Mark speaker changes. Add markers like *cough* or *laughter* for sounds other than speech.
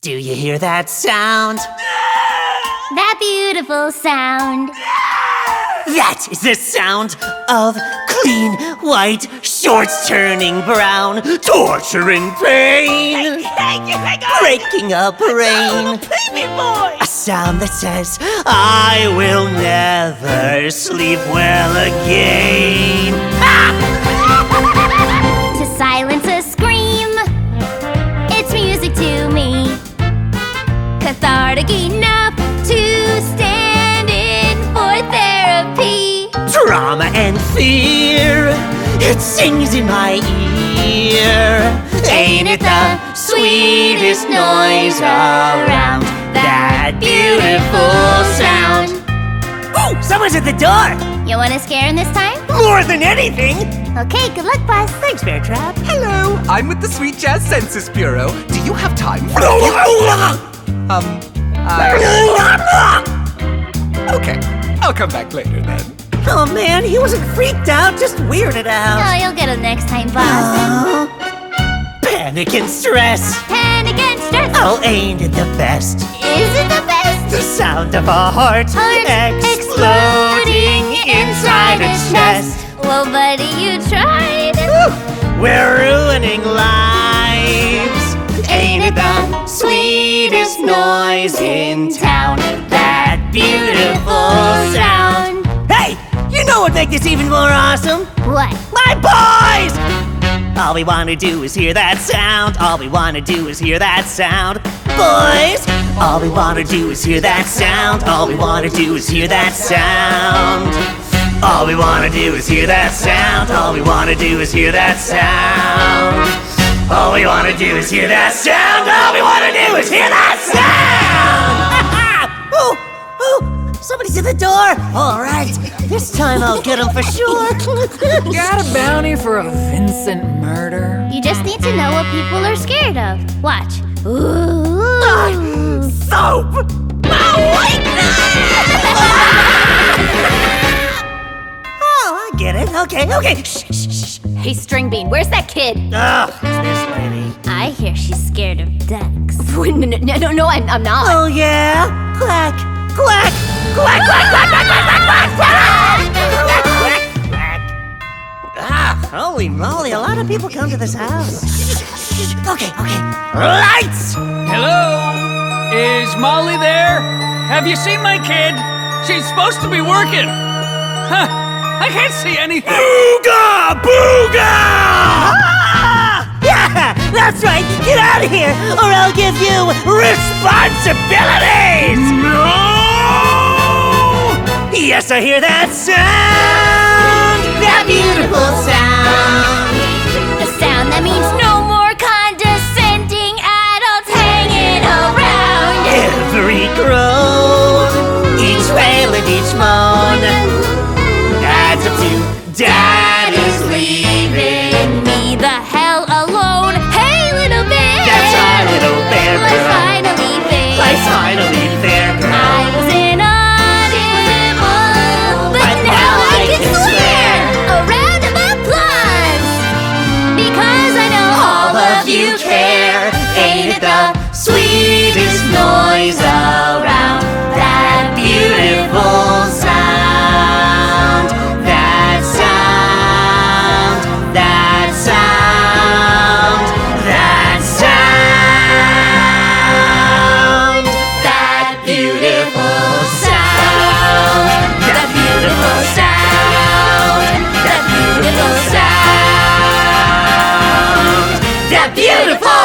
Speaker 1: Do you hear that sound?
Speaker 2: That beautiful sound.
Speaker 1: That is the sound of clean white shorts turning brown, torturing pain, breaking up rain.
Speaker 3: Play me, boy!
Speaker 1: A sound that says, I will never sleep well again.
Speaker 2: To silence a scream, it's music to me. Cathartic enough to stand in for therapy.
Speaker 1: Trauma and fear, it sings in my ear. Ain't it the sweetest noise around? That beautiful sound. Ooh, someone's at the door!
Speaker 2: You want to scare him this time?
Speaker 1: More than anything,
Speaker 2: Okay, good luck, Buzz.
Speaker 1: Thanks, Bear Trap.
Speaker 4: Hello, I'm with the Sweet Jazz Census Bureau. Do you have time? for- Um, I. Okay, I'll come back later then.
Speaker 1: *laughs* Oh man, he wasn't freaked out, just weirded out.
Speaker 2: Oh, you'll get him next time, Buzz.
Speaker 1: Panic and stress.
Speaker 2: Ten against us.
Speaker 1: Oh, ain't it the best?
Speaker 2: Is it the best?
Speaker 1: The sound of a heart,
Speaker 2: Heart
Speaker 1: exploding inside its chest.
Speaker 2: Well, buddy, you tried.
Speaker 1: We're ruining lives. Ain't it the sweetest noise in town? That beautiful sound. Hey, you know what make this even more awesome?
Speaker 2: What?
Speaker 1: My boys! All we wanna do is hear that sound. All we wanna do is hear that sound. Boys! All we wanna do is hear that sound. All we wanna do is hear that sound. All we wanna do is hear that sound. All we wanna do is hear that sound. All we wanna do is hear that sound. All we wanna do is hear that sound! *laughs* oh, oh, somebody's at the door. All right, this time I'll get him for sure. *laughs*
Speaker 5: Got a bounty for a Vincent murder?
Speaker 2: You just need to know what people are scared of. Watch. *laughs* Ooh.
Speaker 1: soap! Oh, I get it. Okay, okay. Shh, shh, shh.
Speaker 2: Hey, String Bean, where's that kid?
Speaker 1: Ugh, it's this lady.
Speaker 2: I hear she's scared of ducks. *laughs* Wait, no, no, no, no, I'm, I'm not.
Speaker 1: Oh, yeah? Quack, quack, quack, quack, quack, quack, quack, quack, quack, quack, quack, quack. Ah, holy moly, a lot of people come to this house. Shh, shh, shh. Okay, okay. Lights!
Speaker 6: Hello? Is Molly there? Have you seen my kid? She's supposed to be working. Huh? I can't see anything.
Speaker 1: Booga! Booga! Ah! Yeah, that's right. Get out of here, or I'll give you responsibilities. No! Yes, I hear that sound. That beautiful sound.
Speaker 2: The sound that means no more condescending adults hanging around.
Speaker 1: Every groan, each wail and each moan adds up to Dad is leaving.
Speaker 2: Me the hell alone. Hey, little bear.
Speaker 1: That's our little bear
Speaker 2: Let's
Speaker 1: girl.
Speaker 2: finally fade.
Speaker 1: I finally there, girl.
Speaker 2: I was an audible, but now I can swear a round of applause because I know all of you care. Ain't it the
Speaker 1: sweetest noise around? That beautiful sound. That sound. That sound. That sound. That beautiful sound. That beautiful sound. That beautiful sound. That beautiful